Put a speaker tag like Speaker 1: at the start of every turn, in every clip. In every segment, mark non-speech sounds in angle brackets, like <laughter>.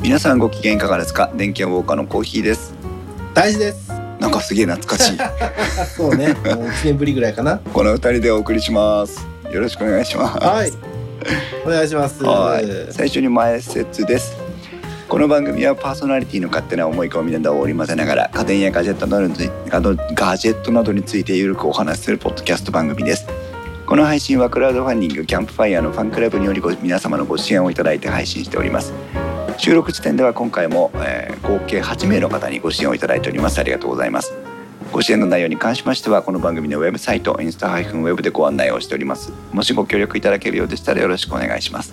Speaker 1: 皆さんご機嫌いかがですか電気屋ウォーカーのコーヒーです
Speaker 2: 大事です。
Speaker 1: なんかすげえ懐かしい
Speaker 2: そうね。もう一年ぶりぐらいかな。
Speaker 1: この二人でお送りしますよろしくお願いします
Speaker 2: はい。お願いします。
Speaker 1: はい最初に前説ですこの番組はパーソナリティの勝手な思い込みなどを織り交ぜながら家電やガジェットなどについガドガジェットなどについてゆるくお話しするポッドキャスト番組ですこの配信はクラウドファンディングキャンプファイヤーのファンクラブによりご皆様のご支援をいただいて配信しております収録時点では今回も、えー合計8名の方にご支援をいただいておりますありがとうございますご支援の内容に関しましてはこの番組のウェブサイトインスタ -web でご案内をしておりますもしご協力いただけるようでしたらよろしくお願いします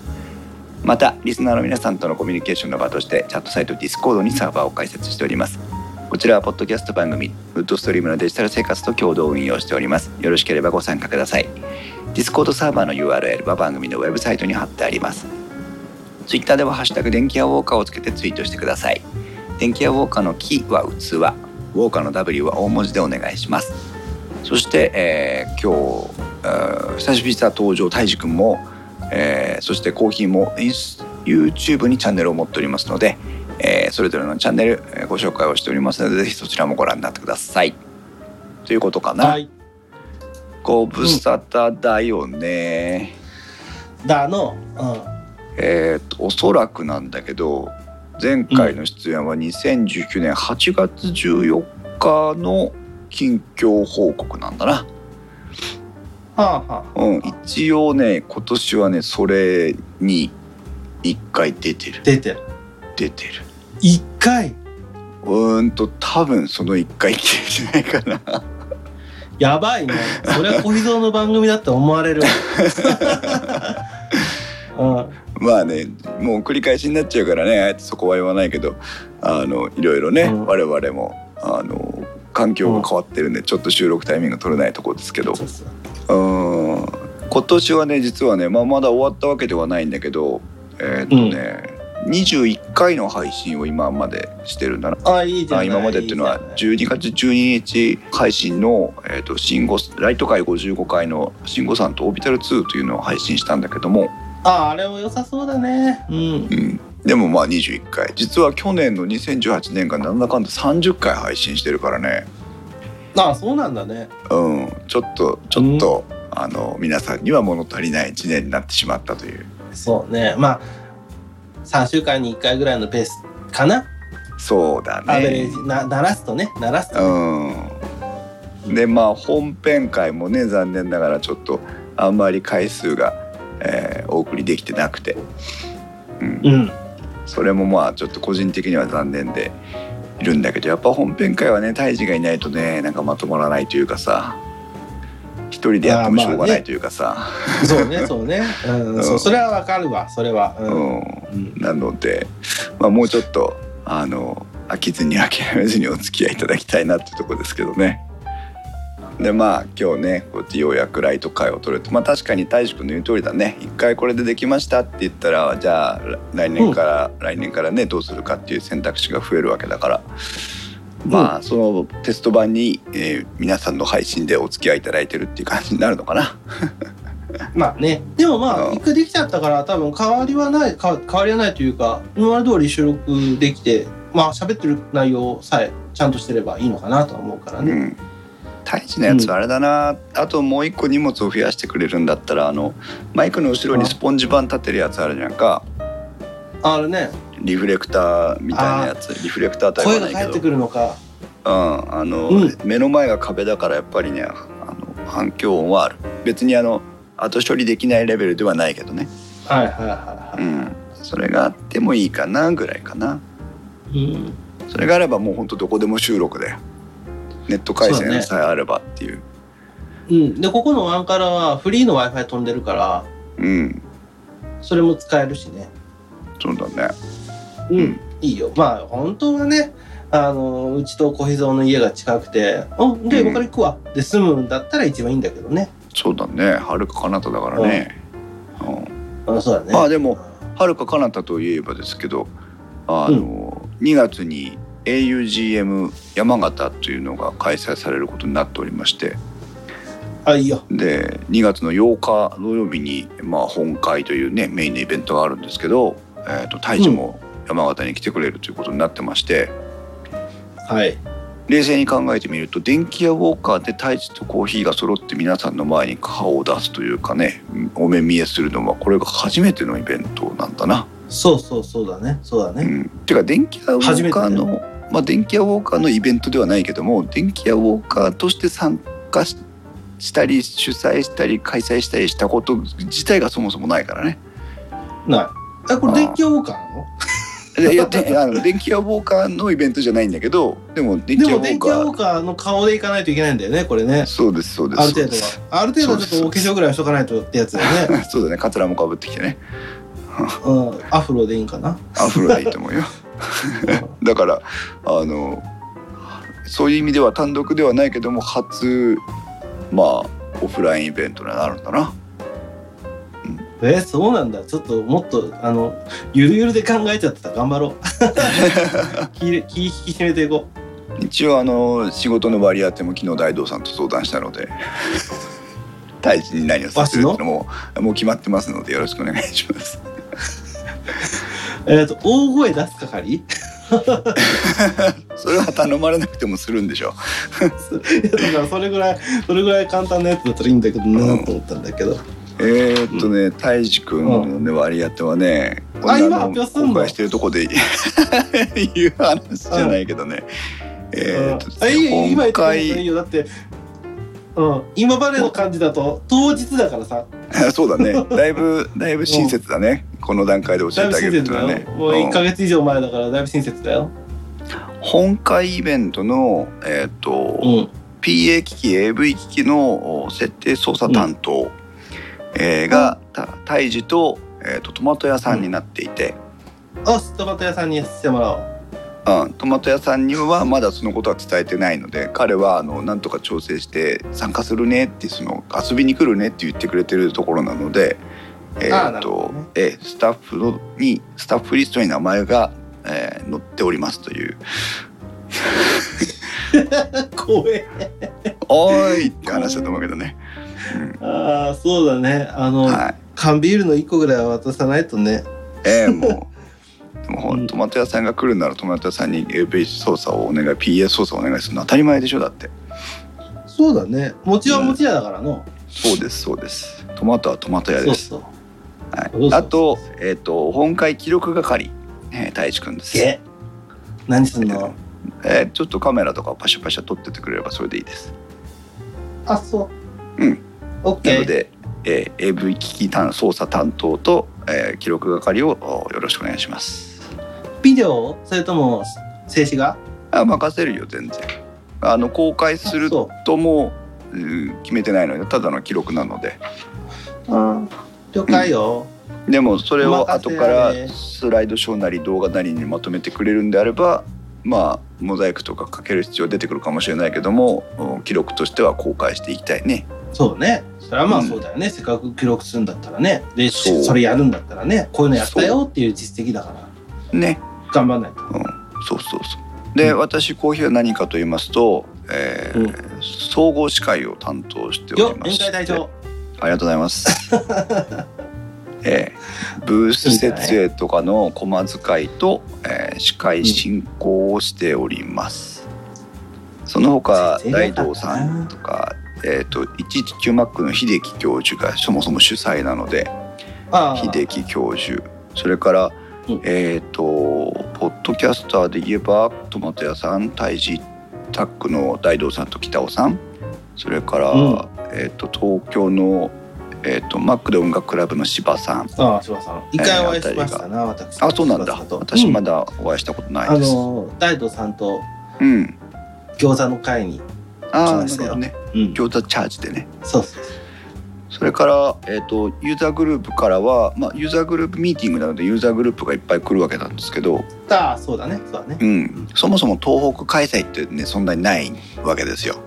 Speaker 1: またリスナーの皆さんとのコミュニケーションの場としてチャットサイト Discord にサーバーを開設しておりますこちらはポッドキャスト番組ウッドストリームのデジタル生活と共同運用しておりますよろしければご参加ください Discord サーバーの URL は番組のウェブサイトに貼ってあります Twitter では「ハッシュタグ電気屋ウォーカー」をつけてツイートしてください電気屋ウォーカーの「キ」は器ウォーカーの「W」は大文字でお願いしますそして、えー今日、えー久しぶりだ登場たいじくんもえーそしてコーヒーもインス YouTube にチャンネルを持っておりますので、えーそれぞれのチャンネル、えーご紹介をしておりますのでぜひそちらもご覧になってください。ということかな。
Speaker 2: はい。
Speaker 1: ご無沙汰だよね。
Speaker 2: だの。うん。
Speaker 1: えーとおそらくなんだけど前回の出演は2019年8月14日の近況報告なんだな。
Speaker 2: はあはあ。
Speaker 1: うん、一応ね今年はねそれに1回出てる
Speaker 2: 出てる。
Speaker 1: 出てる。
Speaker 2: 一回。
Speaker 1: うーんと多分その一回きりじゃない <laughs> かな
Speaker 2: やばいね。それは小秘蔵の番組だって思われる
Speaker 1: <laughs>
Speaker 2: わ。うん。
Speaker 1: まあねもう繰り返しになっちゃうからねあえてそこは言わないけどあのいろいろね、
Speaker 2: うん
Speaker 1: 我々もあの環境が変わってるんで、ちょっと収録タイミング取れないところですけどう
Speaker 2: そうそう
Speaker 1: ーん今年はね実はね、まあ、まだ終わったわけではないんだけどえーっとね、21回の配信を今までしてるんだな
Speaker 2: あ、いいじゃ
Speaker 1: あ
Speaker 2: ない。
Speaker 1: 今までっていうのはい
Speaker 2: じゃ
Speaker 1: 12月12日配信の、えー、と新語ライト界55回の「新語さんとオービタル2」というのを配信したんだけども、
Speaker 2: ないあ、あれも良さそうだね。うん
Speaker 1: う。ん、でもまあ21回実は去年の2018年がなんだかんだ30回配信してるからね、
Speaker 2: ああ、そうなんだね。
Speaker 1: うん、ちょっとちょっと、あの皆さんには物足りない1年になってしまったという
Speaker 2: そうね。まあ。三週間に一回ぐらいのペースかな。
Speaker 1: そうだ
Speaker 2: アベレー
Speaker 1: ね
Speaker 2: ジ、な、鳴らすとね、鳴らすと。
Speaker 1: うん、でまあ本編回もね残念ながらちょっとあんまり回数が、えーお送りできてなくて、うん、
Speaker 2: うん。
Speaker 1: それもまあちょっと個人的には残念でいるんだけどやっぱ本編回はね胎児がいないとねなんかまとまらないというかさ一人でやってもしょうがないというかさ、
Speaker 2: <laughs> そうね、そうね。う
Speaker 1: うん
Speaker 2: ん、そう、それはわかるわ、それは。うん。うん
Speaker 1: うん、なので、まあ、もうちょっとあの飽きずに諦めずにお付き合いいただきたいなっていうところですけどね。でまあ今日ねこうやってようやくライト会を取るとまあ確かに大志くんの言う通りだね一回これでできましたって言ったらじゃあ来年から、来年からねどうするかっていう選択肢が増えるわけだからまあ、そのテスト版に、えー皆さんの配信でお付き合いいただいてるっていう感じになるのかな。
Speaker 2: まあね、でもま
Speaker 1: う
Speaker 2: あ、
Speaker 1: ん
Speaker 2: 一回できちゃったから、多分変わりはない、か変わりはないというか、今まで通り収録できて、まあ、喋ってる内容さえちゃんとしてればいいのかなとは思うから
Speaker 1: う
Speaker 2: ね。
Speaker 1: ん、大事なやつはあれだな、あともう一個荷物を増やしてくれるんだったらあのマイクの後ろにスポンジ板立てるやつあるじゃんか
Speaker 2: あれね、
Speaker 1: リフレクターみたいなやつリフレクタータイプ
Speaker 2: 声
Speaker 1: は
Speaker 2: が
Speaker 1: ない
Speaker 2: 返っ
Speaker 1: け
Speaker 2: て
Speaker 1: ど、
Speaker 2: くるのか。
Speaker 1: うんあの
Speaker 2: うん
Speaker 1: 目の前が壁だからやっぱりねあの反響音はある別にあの後処理できないレベルではないけどね、
Speaker 2: はいはいは
Speaker 1: う
Speaker 2: いは。
Speaker 1: ん、それがあってもいいかなぐらいかない
Speaker 2: うん。
Speaker 1: それがあればもうほんとどこでも収録だよネット回
Speaker 2: そうだ
Speaker 1: 線
Speaker 2: ね
Speaker 1: さえあればっていう
Speaker 2: うん、で、ここのワンカラはフリーの Wi-Fi 飛んでるから、
Speaker 1: うん
Speaker 2: それも使えるしね。
Speaker 1: そうだね
Speaker 2: うん
Speaker 1: うん
Speaker 2: いいよまあ本当はねあのうちと小秘蔵の家が近くて「おで
Speaker 1: うん
Speaker 2: こから行くわ」で済むんだったら一番いいんだけどね
Speaker 1: そうだね遥か彼方だからね、うん
Speaker 2: あそうだね
Speaker 1: まあでも遥か彼方といえばですけどあの、2月に AUGM 山形というのが開催されることになっておりまして
Speaker 2: あいいよ
Speaker 1: で2月の8日土曜日に、まあ、本会というねメインのイベントがあるんですけど、えー、と大樹も山形に来てくれるということになってまして
Speaker 2: はい。
Speaker 1: 冷静に考えてみると電気屋ウォーカーで太一とコーヒーが揃って皆さんの前に顔を出すというかねうんお目見えするのはこれが初めてのイベントなんだな。
Speaker 2: そうそうそうだね。そうだ
Speaker 1: う
Speaker 2: ね。
Speaker 1: ん、てか電気屋ウォーカーの、まあ、電気屋ウォーカーのイベントではないけども電気屋ウォーカーとして参加ししたり主催したり開催したりしたこと自体がそもそもないからね。
Speaker 2: ない。え、これ電気ウォーカーなの
Speaker 1: いやいやであの電気屋ウォーカーのイベントじゃないんだけどでも電
Speaker 2: で
Speaker 1: 気屋ウォ
Speaker 2: も
Speaker 1: ー
Speaker 2: 電気
Speaker 1: カ
Speaker 2: ウォ
Speaker 1: ー
Speaker 2: ーカーの顔でいかないといけないんだよね、これね。
Speaker 1: そうですそうです
Speaker 2: ある程度は。ある程度はちょっとお化粧ぐらいはしとかないとってやつだよね。
Speaker 1: <laughs> そうだねカツラもかぶってきてね
Speaker 2: うん。アフロでいいんかな。
Speaker 1: アフロがいいと思うよだからあのそういう意味では単独ではないけども初まあオフラインイベントになるんだな
Speaker 2: えーそうなんだ。ちょっともっと、あの、ゆるゆるで考えちゃってた。頑張ろう。
Speaker 1: <laughs>
Speaker 2: 気気引き締めていこう。
Speaker 1: 一応あの仕事の割り当ても昨日大道さんと相談したので大事に何をさせるっていうのももう決まってますのでよろしくお願いします
Speaker 2: えっ、と、大声出す係 <laughs>
Speaker 1: それは頼まれなくてもするんでしょ
Speaker 2: いやだからそれぐらい、それぐらい簡単なやつだったらいいんだけどなと思ったんだけど。
Speaker 1: えー、っとね、たいじくんのね、割り当てはね、
Speaker 2: ん
Speaker 1: こんな
Speaker 2: あ今
Speaker 1: の
Speaker 2: 発表すんの
Speaker 1: 公開してるとこで <laughs> 言う話じゃないけどね。えー、っと、
Speaker 2: あいいよ
Speaker 1: 今
Speaker 2: 今言ってもいい
Speaker 1: 回、
Speaker 2: よだって、うん、今までの感じだと当日だからさ
Speaker 1: <laughs> そうだ
Speaker 2: <laughs>
Speaker 1: ね、だいぶ、だいぶ親切だね。この段階で教
Speaker 2: だい
Speaker 1: え
Speaker 2: ぶ
Speaker 1: てあげるっていうの
Speaker 2: 親切だ
Speaker 1: は
Speaker 2: よ、
Speaker 1: ね。
Speaker 2: もう1か
Speaker 1: うん
Speaker 2: 月以上前だからだいぶ親切だよ
Speaker 1: 本会イベントの、えーっと、
Speaker 2: うん
Speaker 1: PA 機器 AV 機器のお設定操作担当、えーが、たたいじと,、えーっとトマト屋さんになっていて、
Speaker 2: あストマト屋さんにしてもらおう
Speaker 1: うん、トマト屋さんにはまだそのことは伝えてないので彼はあのなんとか調整して参加するねってその遊びに来るねって言ってくれてるところなので、え
Speaker 2: あー
Speaker 1: ー
Speaker 2: な
Speaker 1: っ
Speaker 2: る
Speaker 1: と
Speaker 2: ほどね
Speaker 1: えースタッフのにスタッフリストに名前が、えー載っておりますという
Speaker 2: 怖え
Speaker 1: 「おーい!」って話だと思うけどね、
Speaker 2: ああそうだねあの、
Speaker 1: はい
Speaker 2: 缶ビールの1個ぐらいは渡さないとね
Speaker 1: え <laughs> ー、もうでもほ
Speaker 2: うん
Speaker 1: んトマト屋さんが来るならトマト屋さんに AV 操作をお願い PA 操作をお願いするのは当たり前でしょだって
Speaker 2: そうだね餅は餅屋だからの、
Speaker 1: そうですそうですトマトはトマト屋
Speaker 2: そ
Speaker 1: で
Speaker 2: う
Speaker 1: す
Speaker 2: そう
Speaker 1: は
Speaker 2: そうそう
Speaker 1: い、あと,、えー、と本会記録係、えー、太一くんです、え
Speaker 2: え何すんの
Speaker 1: ーちょっとカメラとかパシャパシャ撮っててくれればそれでいいです
Speaker 2: あそう
Speaker 1: うん
Speaker 2: オッ
Speaker 1: な
Speaker 2: ケ
Speaker 1: の
Speaker 2: ー
Speaker 1: で、えー AV 機器担操作担当と、えー記録係をおよろしくお願いします
Speaker 2: ビデオそれとも静止画
Speaker 1: あ任せるよ全然あの公開する
Speaker 2: そう
Speaker 1: ともうん決めてないのでただの記録なので
Speaker 2: うん了解よ。
Speaker 1: でもそれを後か
Speaker 2: 任せら
Speaker 1: ら
Speaker 2: れ
Speaker 1: スライドショーなり動画なりにまとめてくれるんであればまあモザイクとかかける必要出てくるかもしれないけどもうん記録としては公開していきたいね
Speaker 2: そうね。それはまあ
Speaker 1: うん
Speaker 2: そうだよね。せっかく記録するんだったらね。で、
Speaker 1: そ
Speaker 2: そうれやるんだったらね。こういうのやったよっていう実績だから。
Speaker 1: ね
Speaker 2: 頑張んないと。
Speaker 1: そうそうそうで、
Speaker 2: うん
Speaker 1: 私コーヒーは何かと言いますと、えー
Speaker 2: うん
Speaker 1: 総合司会を担当してお
Speaker 2: よ
Speaker 1: り、ま
Speaker 2: 宴
Speaker 1: す
Speaker 2: 会隊長。
Speaker 1: ありがとうござい
Speaker 2: <laughs>
Speaker 1: ます。えーブース設営とかの駒遣いと、えー司会進行をしております。その他
Speaker 2: 全然
Speaker 1: 大
Speaker 2: 良かったな
Speaker 1: 道さんとか、えっ、と119マックの秀樹教授がそもそも主催なので、
Speaker 2: ああ。
Speaker 1: 秀樹教授それから、
Speaker 2: うん
Speaker 1: えっ、とポッドキャスターで言えばトマト屋さん胎児タックの大道さんと北尾さんそれから、
Speaker 2: うん
Speaker 1: えっと東京の、えっとマックで音楽クラブの柴さん
Speaker 2: ああ、柴田さん。一回お会いしましたな、私。
Speaker 1: あそうなんだ
Speaker 2: 柴田と
Speaker 1: 私ま
Speaker 2: うん
Speaker 1: だお会いしたことない
Speaker 2: あ
Speaker 1: です、
Speaker 2: の、大道さんと
Speaker 1: うん
Speaker 2: 餃子の会に。
Speaker 1: あ
Speaker 2: そう
Speaker 1: あ
Speaker 2: で
Speaker 1: な
Speaker 2: す
Speaker 1: るほ
Speaker 2: よ
Speaker 1: どね
Speaker 2: うん。
Speaker 1: 餃子チャージでね
Speaker 2: そうそう。
Speaker 1: それから、えっとユーザーグループからは、まあ、ユーザーグループミーティングなのでユーザーグループがいっぱい来るわけなんですけど、
Speaker 2: ああ、そうだね。そうだね
Speaker 1: う。ん、そもそも東北開催ってねそんなにないわけですよ。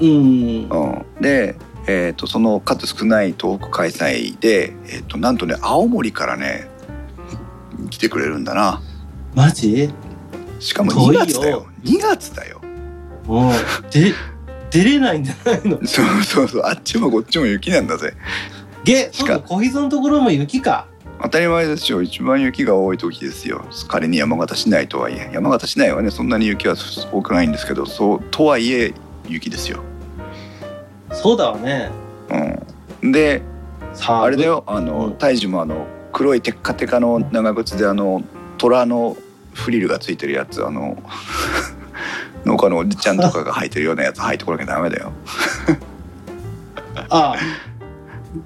Speaker 2: うん。
Speaker 1: うん、で、えー、とその数少ない東北開催で、えー、となんとね青森からね来てくれるんだな
Speaker 2: マジ
Speaker 1: しかも
Speaker 2: 遠
Speaker 1: 2
Speaker 2: いよ
Speaker 1: 月だよ2月だよ
Speaker 2: もう、で、出れないんじゃないの
Speaker 1: そうそうそうあっちもこっちも雪なんだぜ
Speaker 2: げ、
Speaker 1: し
Speaker 2: そ
Speaker 1: か
Speaker 2: うか、小日向のところも雪か。
Speaker 1: うん当たり前ですよ一番雪が多い時ですよ仮に山形市内とはいえ山形市内はねそんなに雪は多くないんですけどそうとはいえ雪ですよ、
Speaker 2: そうだわね。
Speaker 1: うん、で
Speaker 2: さ
Speaker 1: あれだ。よあの
Speaker 2: うん
Speaker 1: 大樹もあの黒いテッカテカの長靴であの虎のフリルがついてるやつあの <laughs> 農家のおじちゃんとかが履いてるようなやつ履いてこなきゃダメだよ
Speaker 2: ああ。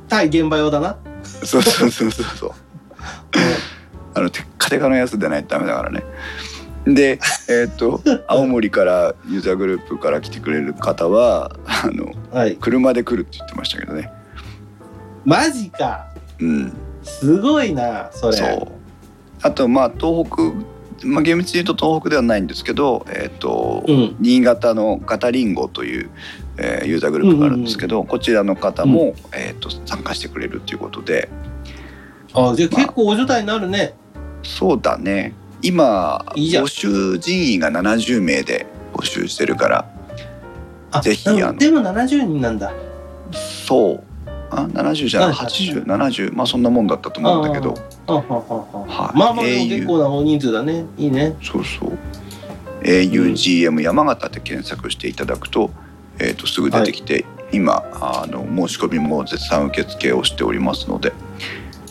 Speaker 2: 対現場用だな。
Speaker 1: そうそうそうそうそうあのテッカテカのやつでないとダメだからねでえーっ
Speaker 2: <laughs>
Speaker 1: と青森からユーザーグループから来てくれる方はあの
Speaker 2: はい。
Speaker 1: 車で来るって言ってましたけどね
Speaker 2: マジか。
Speaker 1: うん
Speaker 2: すごいな、それ。
Speaker 1: そうあとまあ東北、まあ、厳密に言うと東北ではないんですけどえーっと、
Speaker 2: ん。
Speaker 1: 新潟のガタリンゴという、えーユーザーグループがあるんですけど、こちらの方も、えー、と参加してくれるということで
Speaker 2: あじゃあ結構お状態になるね。
Speaker 1: そうだね今
Speaker 2: いいじゃん
Speaker 1: 募集人員が70名で募集してるから
Speaker 2: あ、
Speaker 1: ぜひ
Speaker 2: で
Speaker 1: あ
Speaker 2: も
Speaker 1: の
Speaker 2: でも70人なんだ。
Speaker 1: そうあ70じゃない8070まあそんなもんだったと思うんだけど
Speaker 2: あははは
Speaker 1: はい
Speaker 2: まあまあでも
Speaker 1: au
Speaker 2: 結構な大人数だね。いいね。
Speaker 1: そうそう augm 山形で検索していただくと,、えー、とすぐ出てきて、今あの申し込みも絶賛受付をしておりますので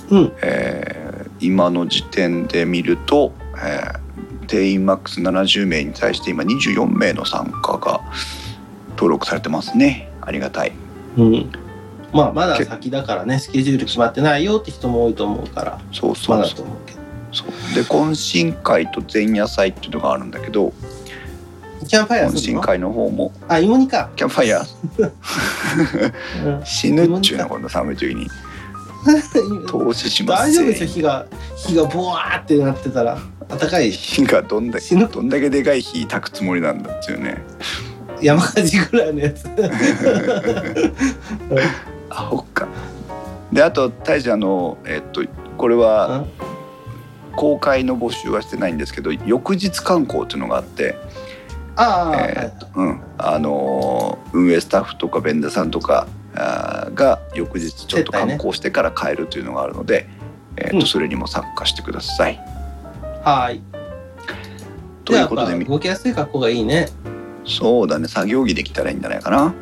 Speaker 2: うん。
Speaker 1: えー今の時点で見ると、えー定員マックス70名に対して今24名の参加が登録されてますねありがたい
Speaker 2: うん。まあまだ
Speaker 1: け
Speaker 2: 先だからね、スケジュール決まってないよって人も多いと思うから、
Speaker 1: そうそ
Speaker 2: ま
Speaker 1: う
Speaker 2: だだ
Speaker 1: そう
Speaker 2: と思うけど。
Speaker 1: そうで懇親会と前夜祭っていうのがあるんだけど
Speaker 2: キャンプファイヤー
Speaker 1: 懇
Speaker 2: する
Speaker 1: 親
Speaker 2: の
Speaker 1: 会の方も
Speaker 2: あ、芋煮か。
Speaker 1: キャンプファイヤー
Speaker 2: うん
Speaker 1: 死ぬっちゅうなこんな寒い時に投資しま
Speaker 2: 大
Speaker 1: す
Speaker 2: 丈夫ですよ
Speaker 1: ぜ
Speaker 2: 火が火がボワーってなってたら暖かい
Speaker 1: 火がどんだけ
Speaker 2: 死ぬ
Speaker 1: どんだけでかい火焚くつもりなんだっていうね
Speaker 2: 山火事ぐらい
Speaker 1: <laughs>
Speaker 2: のやつ
Speaker 1: あほっかであと大治あのえっとこれは公開の募集はしてないんですけど翌日観光っていうのがあって、
Speaker 2: ああ、
Speaker 1: えーうんあのー運営スタッフとかベンダーさんとかあーが翌日ちょっと
Speaker 2: 接待
Speaker 1: 観
Speaker 2: ね
Speaker 1: 光してから帰るというのがあるので、えーと
Speaker 2: うん
Speaker 1: それにも参加してください。
Speaker 2: はいはい
Speaker 1: ということで
Speaker 2: やっぱ
Speaker 1: み
Speaker 2: 動きやすい格好がいいね
Speaker 1: そうだね作業着できたらいいんじゃないか
Speaker 2: <laughs>
Speaker 1: な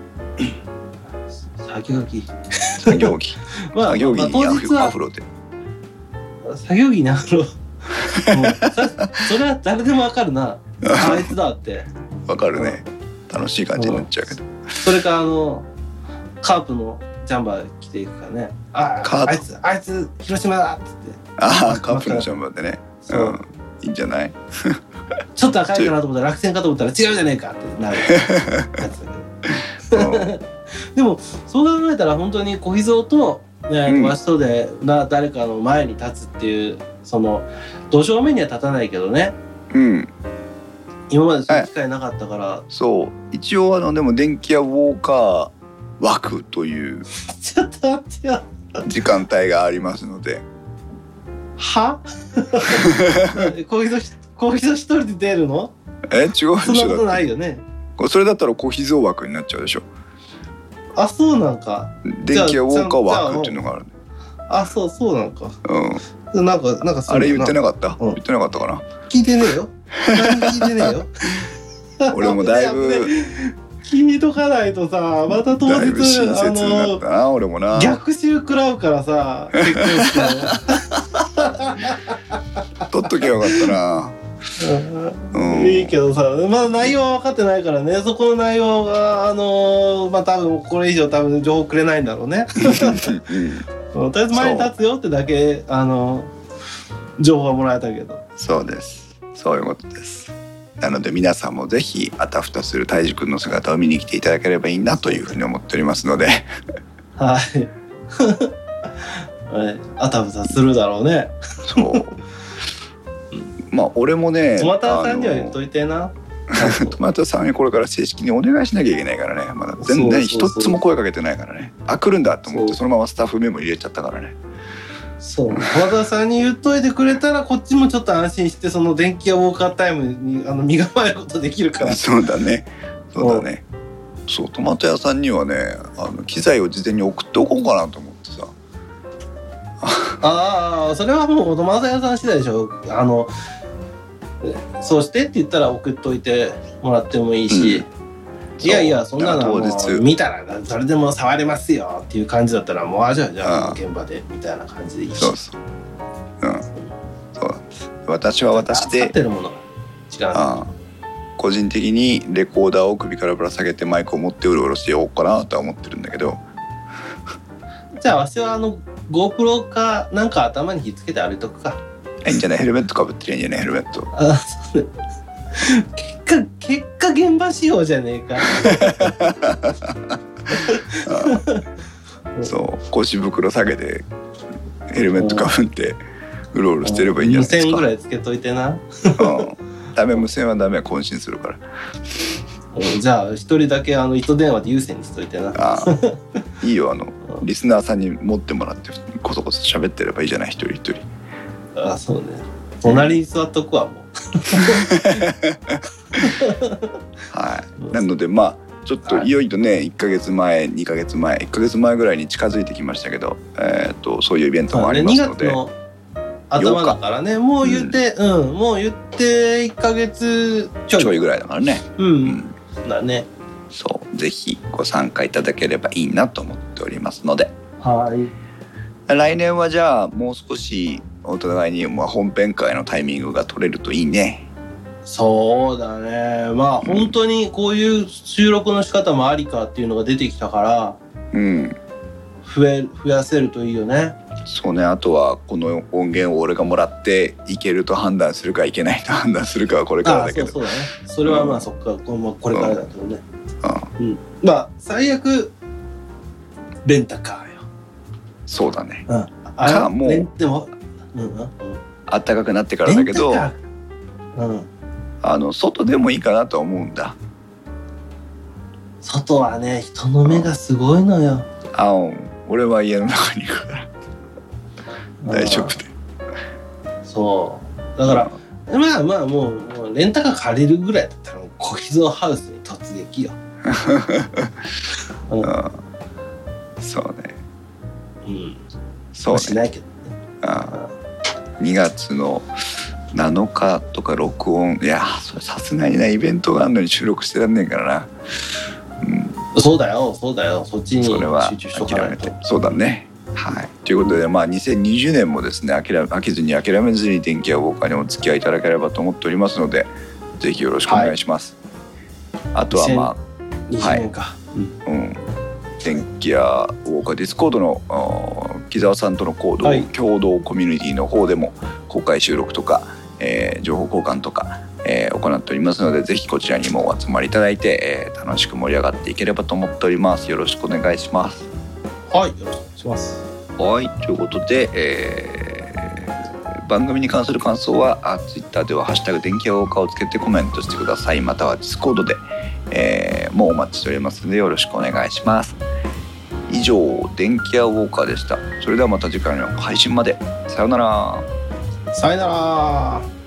Speaker 2: 作業着
Speaker 1: 作業着
Speaker 2: まあ
Speaker 1: 作業着
Speaker 2: まあ
Speaker 1: にア
Speaker 2: 当
Speaker 1: フ
Speaker 2: 日
Speaker 1: ロア
Speaker 2: は
Speaker 1: フロで
Speaker 2: 作業着なろもうさそれは <laughs> 誰でもわかるなあいつだって
Speaker 1: わかるね楽しい感じになっちゃうけど
Speaker 2: それかあのカープのジャンバー着ていくからねあ
Speaker 1: カー
Speaker 2: あ
Speaker 1: プ
Speaker 2: あいつあいつ広島だっつって
Speaker 1: ああカップのジャンバーでね、う
Speaker 2: そう、
Speaker 1: ん、いいんじゃ
Speaker 2: <laughs>
Speaker 1: ない
Speaker 2: ちょっと赤いかなと思ったら落選かと思ったら違うじゃねえかってなるやつだけど
Speaker 1: う
Speaker 2: でもそう考えたら本当に小秘蔵とね
Speaker 1: うん
Speaker 2: 小足とでな誰かの前に立つっていうその土正面には立たないけどね
Speaker 1: うん
Speaker 2: 今までそういう機会なかったから、
Speaker 1: そう一応あのでも電気屋ウォーカー枠という
Speaker 2: ちょっと待ってよ
Speaker 1: 時間帯がありますので <laughs>
Speaker 2: は小秘蔵し小秘蔵一人で出るの
Speaker 1: え違う
Speaker 2: そ
Speaker 1: で
Speaker 2: んな
Speaker 1: し
Speaker 2: こと
Speaker 1: ょだ
Speaker 2: な
Speaker 1: っ
Speaker 2: いよね
Speaker 1: てそれだったらコーヒーゾー枠になっちゃうでしょ
Speaker 2: あそうなんか
Speaker 1: 電気屋ウォーカー枠っていうのがある、
Speaker 2: あそうそうなんか
Speaker 1: うん、
Speaker 2: なんかなんかそう
Speaker 1: あれ言って
Speaker 2: な
Speaker 1: なかった、
Speaker 2: うん
Speaker 1: 言ってなかったか
Speaker 2: 聞いてね
Speaker 1: <laughs>
Speaker 2: えよ何も聞いてねえよ
Speaker 1: な俺もだい
Speaker 2: <laughs> 危ねえ
Speaker 1: ぶ
Speaker 2: 君とかないとさまた当
Speaker 1: だいぶ
Speaker 2: 日
Speaker 1: 親
Speaker 2: あ
Speaker 1: 切になっ
Speaker 2: の
Speaker 1: たな俺もな
Speaker 2: 逆襲食らうからさ結婚
Speaker 1: 取っとけばよかった
Speaker 2: 式の
Speaker 1: な、う、
Speaker 2: うん <laughs> んいいけどさまだ内容は分かってないからねそこの内容があのまあ多分これ以上多分情報くれないんだろうね <laughs>
Speaker 1: うん
Speaker 2: うんとりあえず前に立つよってだけあの情報はもらえたけど
Speaker 1: そうですそういうことですなので皆さんもぜひあたふたするたいじくんの姿を見に来ていただければいいなというふうに思っておりますので
Speaker 2: はい <laughs> はいあたふたするだろうね
Speaker 1: そう。 <laughs> まあ俺もね、
Speaker 2: トマタさんには言っ
Speaker 1: あ
Speaker 2: とい
Speaker 1: <laughs>
Speaker 2: てな
Speaker 1: のトマトさんにこれから正式にお願いしなきゃいけないからね。まだ全然
Speaker 2: そうそ
Speaker 1: 一
Speaker 2: うそう
Speaker 1: つも声かけてないからね。あ来るんだと思って
Speaker 2: そう
Speaker 1: そのままスタッフメモ入れちゃったからね。 <laughs>
Speaker 2: そう和田さんに言っといてくれたらこっちもちょっと安心してその電気やウォーカータイムにあの身構えることできるから
Speaker 1: そうだね。そうだね。そうトマト屋さんにはね、あの機材を事前に送っておこうかなと思ってさ。
Speaker 2: <laughs> ああ、それはもう、友達屋さん次第でしょ。あの、えそうしてって言ったら送っといてもらってもいいし、いやいや、そんなの
Speaker 1: 当
Speaker 2: はも
Speaker 1: 日
Speaker 2: う見たら誰でも触れますよっていう感じだったら、もう、あ、じゃあ、じゃ
Speaker 1: あ
Speaker 2: あ、
Speaker 1: あ
Speaker 2: 現場でみたいな感じでいいし。
Speaker 1: そうそううんそう私は私
Speaker 2: 扱っ
Speaker 1: で
Speaker 2: てるものが違う。
Speaker 1: あー個人的にレコーダーを首からぶら下げてマイクを持ってうろうろしてようかなとは思ってるんだけど
Speaker 2: じゃあ、わしはあの、GoPro か、なんか頭にひっつけて歩いとくか。
Speaker 1: いいんじゃないヘルメットかぶってりゃいいんじゃないヘルメット
Speaker 2: ああ、そうね。結果、結果現場仕様じゃねえか。
Speaker 1: <laughs> そう腰袋下げてヘルメットかぶってうろうろしてればいいんじゃないです
Speaker 2: 無線
Speaker 1: か
Speaker 2: ぐらいつけといてな。
Speaker 1: うんダメ無線はダメ渾身するから
Speaker 2: うんじゃあ、一人だけあの糸電話で優先にしといてな。
Speaker 1: あーいいよあのリスナーさんに持ってもらってこそこそ喋ってればいいじゃない一人一人
Speaker 2: あ、そうね。隣に座っとくわ、も
Speaker 1: は
Speaker 2: う
Speaker 1: い。なのでまあちょっと
Speaker 2: はい
Speaker 1: いよいよね1ヶ月前2ヶ月前1ヶ月前ぐらいに近づいてきましたけど、えー、とそういうイベントもありま
Speaker 2: 2
Speaker 1: すの
Speaker 2: 月
Speaker 1: で、
Speaker 2: の頭だからね、もう言って、うん、もう言って1ヶ月ちょい。
Speaker 1: ちょいぐらいだからね、
Speaker 2: う、
Speaker 1: うんん、
Speaker 2: だね。
Speaker 1: そうぜひご参加いただければいいなと思っておりますので
Speaker 2: はい。
Speaker 1: 来年はじゃあもう少しお互いにまあ本編会のタイミングが取れるといいね
Speaker 2: そうだね。まあ、
Speaker 1: うん
Speaker 2: 本当にこういう収録の仕方もありかっていうのが出てきたから、
Speaker 1: うん
Speaker 2: 増え、増やせるといいよね。
Speaker 1: そうねあとはこの音源を俺がもらっていけると判断するかいけないと判断するかはこれから
Speaker 2: あ
Speaker 1: だけ
Speaker 2: そ
Speaker 1: ど
Speaker 2: うそうだね。それはまあ、そっか、こまあこれからだけどね。
Speaker 1: うん
Speaker 2: うん。まあ、最悪、レンタカーよ。
Speaker 1: そうだね
Speaker 2: うん。
Speaker 1: か
Speaker 2: あ
Speaker 1: もう
Speaker 2: レンでも、うんうん。
Speaker 1: 暖かくなってからだけど
Speaker 2: レンタカーうん。
Speaker 1: あの外でもいいかなとは思うんだ
Speaker 2: 外はね、人の目がすごいのよ。
Speaker 1: あ俺は家の中にいるから大丈夫で
Speaker 2: うん。そう。だから、まあまあもう、もうレンタカー借りるぐらいだったら、もう小秘蔵ハウスに突撃
Speaker 1: <laughs>
Speaker 2: よ。
Speaker 1: うんそうね
Speaker 2: うん。
Speaker 1: そう
Speaker 2: し
Speaker 1: ね
Speaker 2: ないけど。
Speaker 1: あ2月の7日とか録音いやそれさすがになイベントがあるのに収録してらんねえからな、うん、
Speaker 2: そうだよ、そうだよ。そっちに
Speaker 1: それは
Speaker 2: 集中しとか
Speaker 1: 諦
Speaker 2: な
Speaker 1: め
Speaker 2: いと
Speaker 1: て。そうだねはいということでまあ2020年もですね諦め飽きずに諦めずに電気やウォーカーにお付き合いいただければと思っておりますのでぜひよろしくお願いします、あとはまあ
Speaker 2: 20年か。うん
Speaker 1: うん、電気やウォーカーディスコードのあー木澤さんとの行動、
Speaker 2: はい
Speaker 1: 共同コミュニティの方でも公開収録とか、えー情報交換とか、えー行っておりますのでぜひこちらにもお集まりいただいて、えー楽しく盛り上がっていければと思っておりますよろしくお願いします
Speaker 2: はい、よろしくお願いします。
Speaker 1: はいということで、えー番組に関する感想はあ Twitter では「ハッシュタグ電気やウォーカー」をつけてコメントしてくださいまたは Discord で、えーもうお待ちしておりますのでよろしくお願いします以上電気やウォーカーでしたそれではまた次回の配信までさようなら
Speaker 2: さよなら。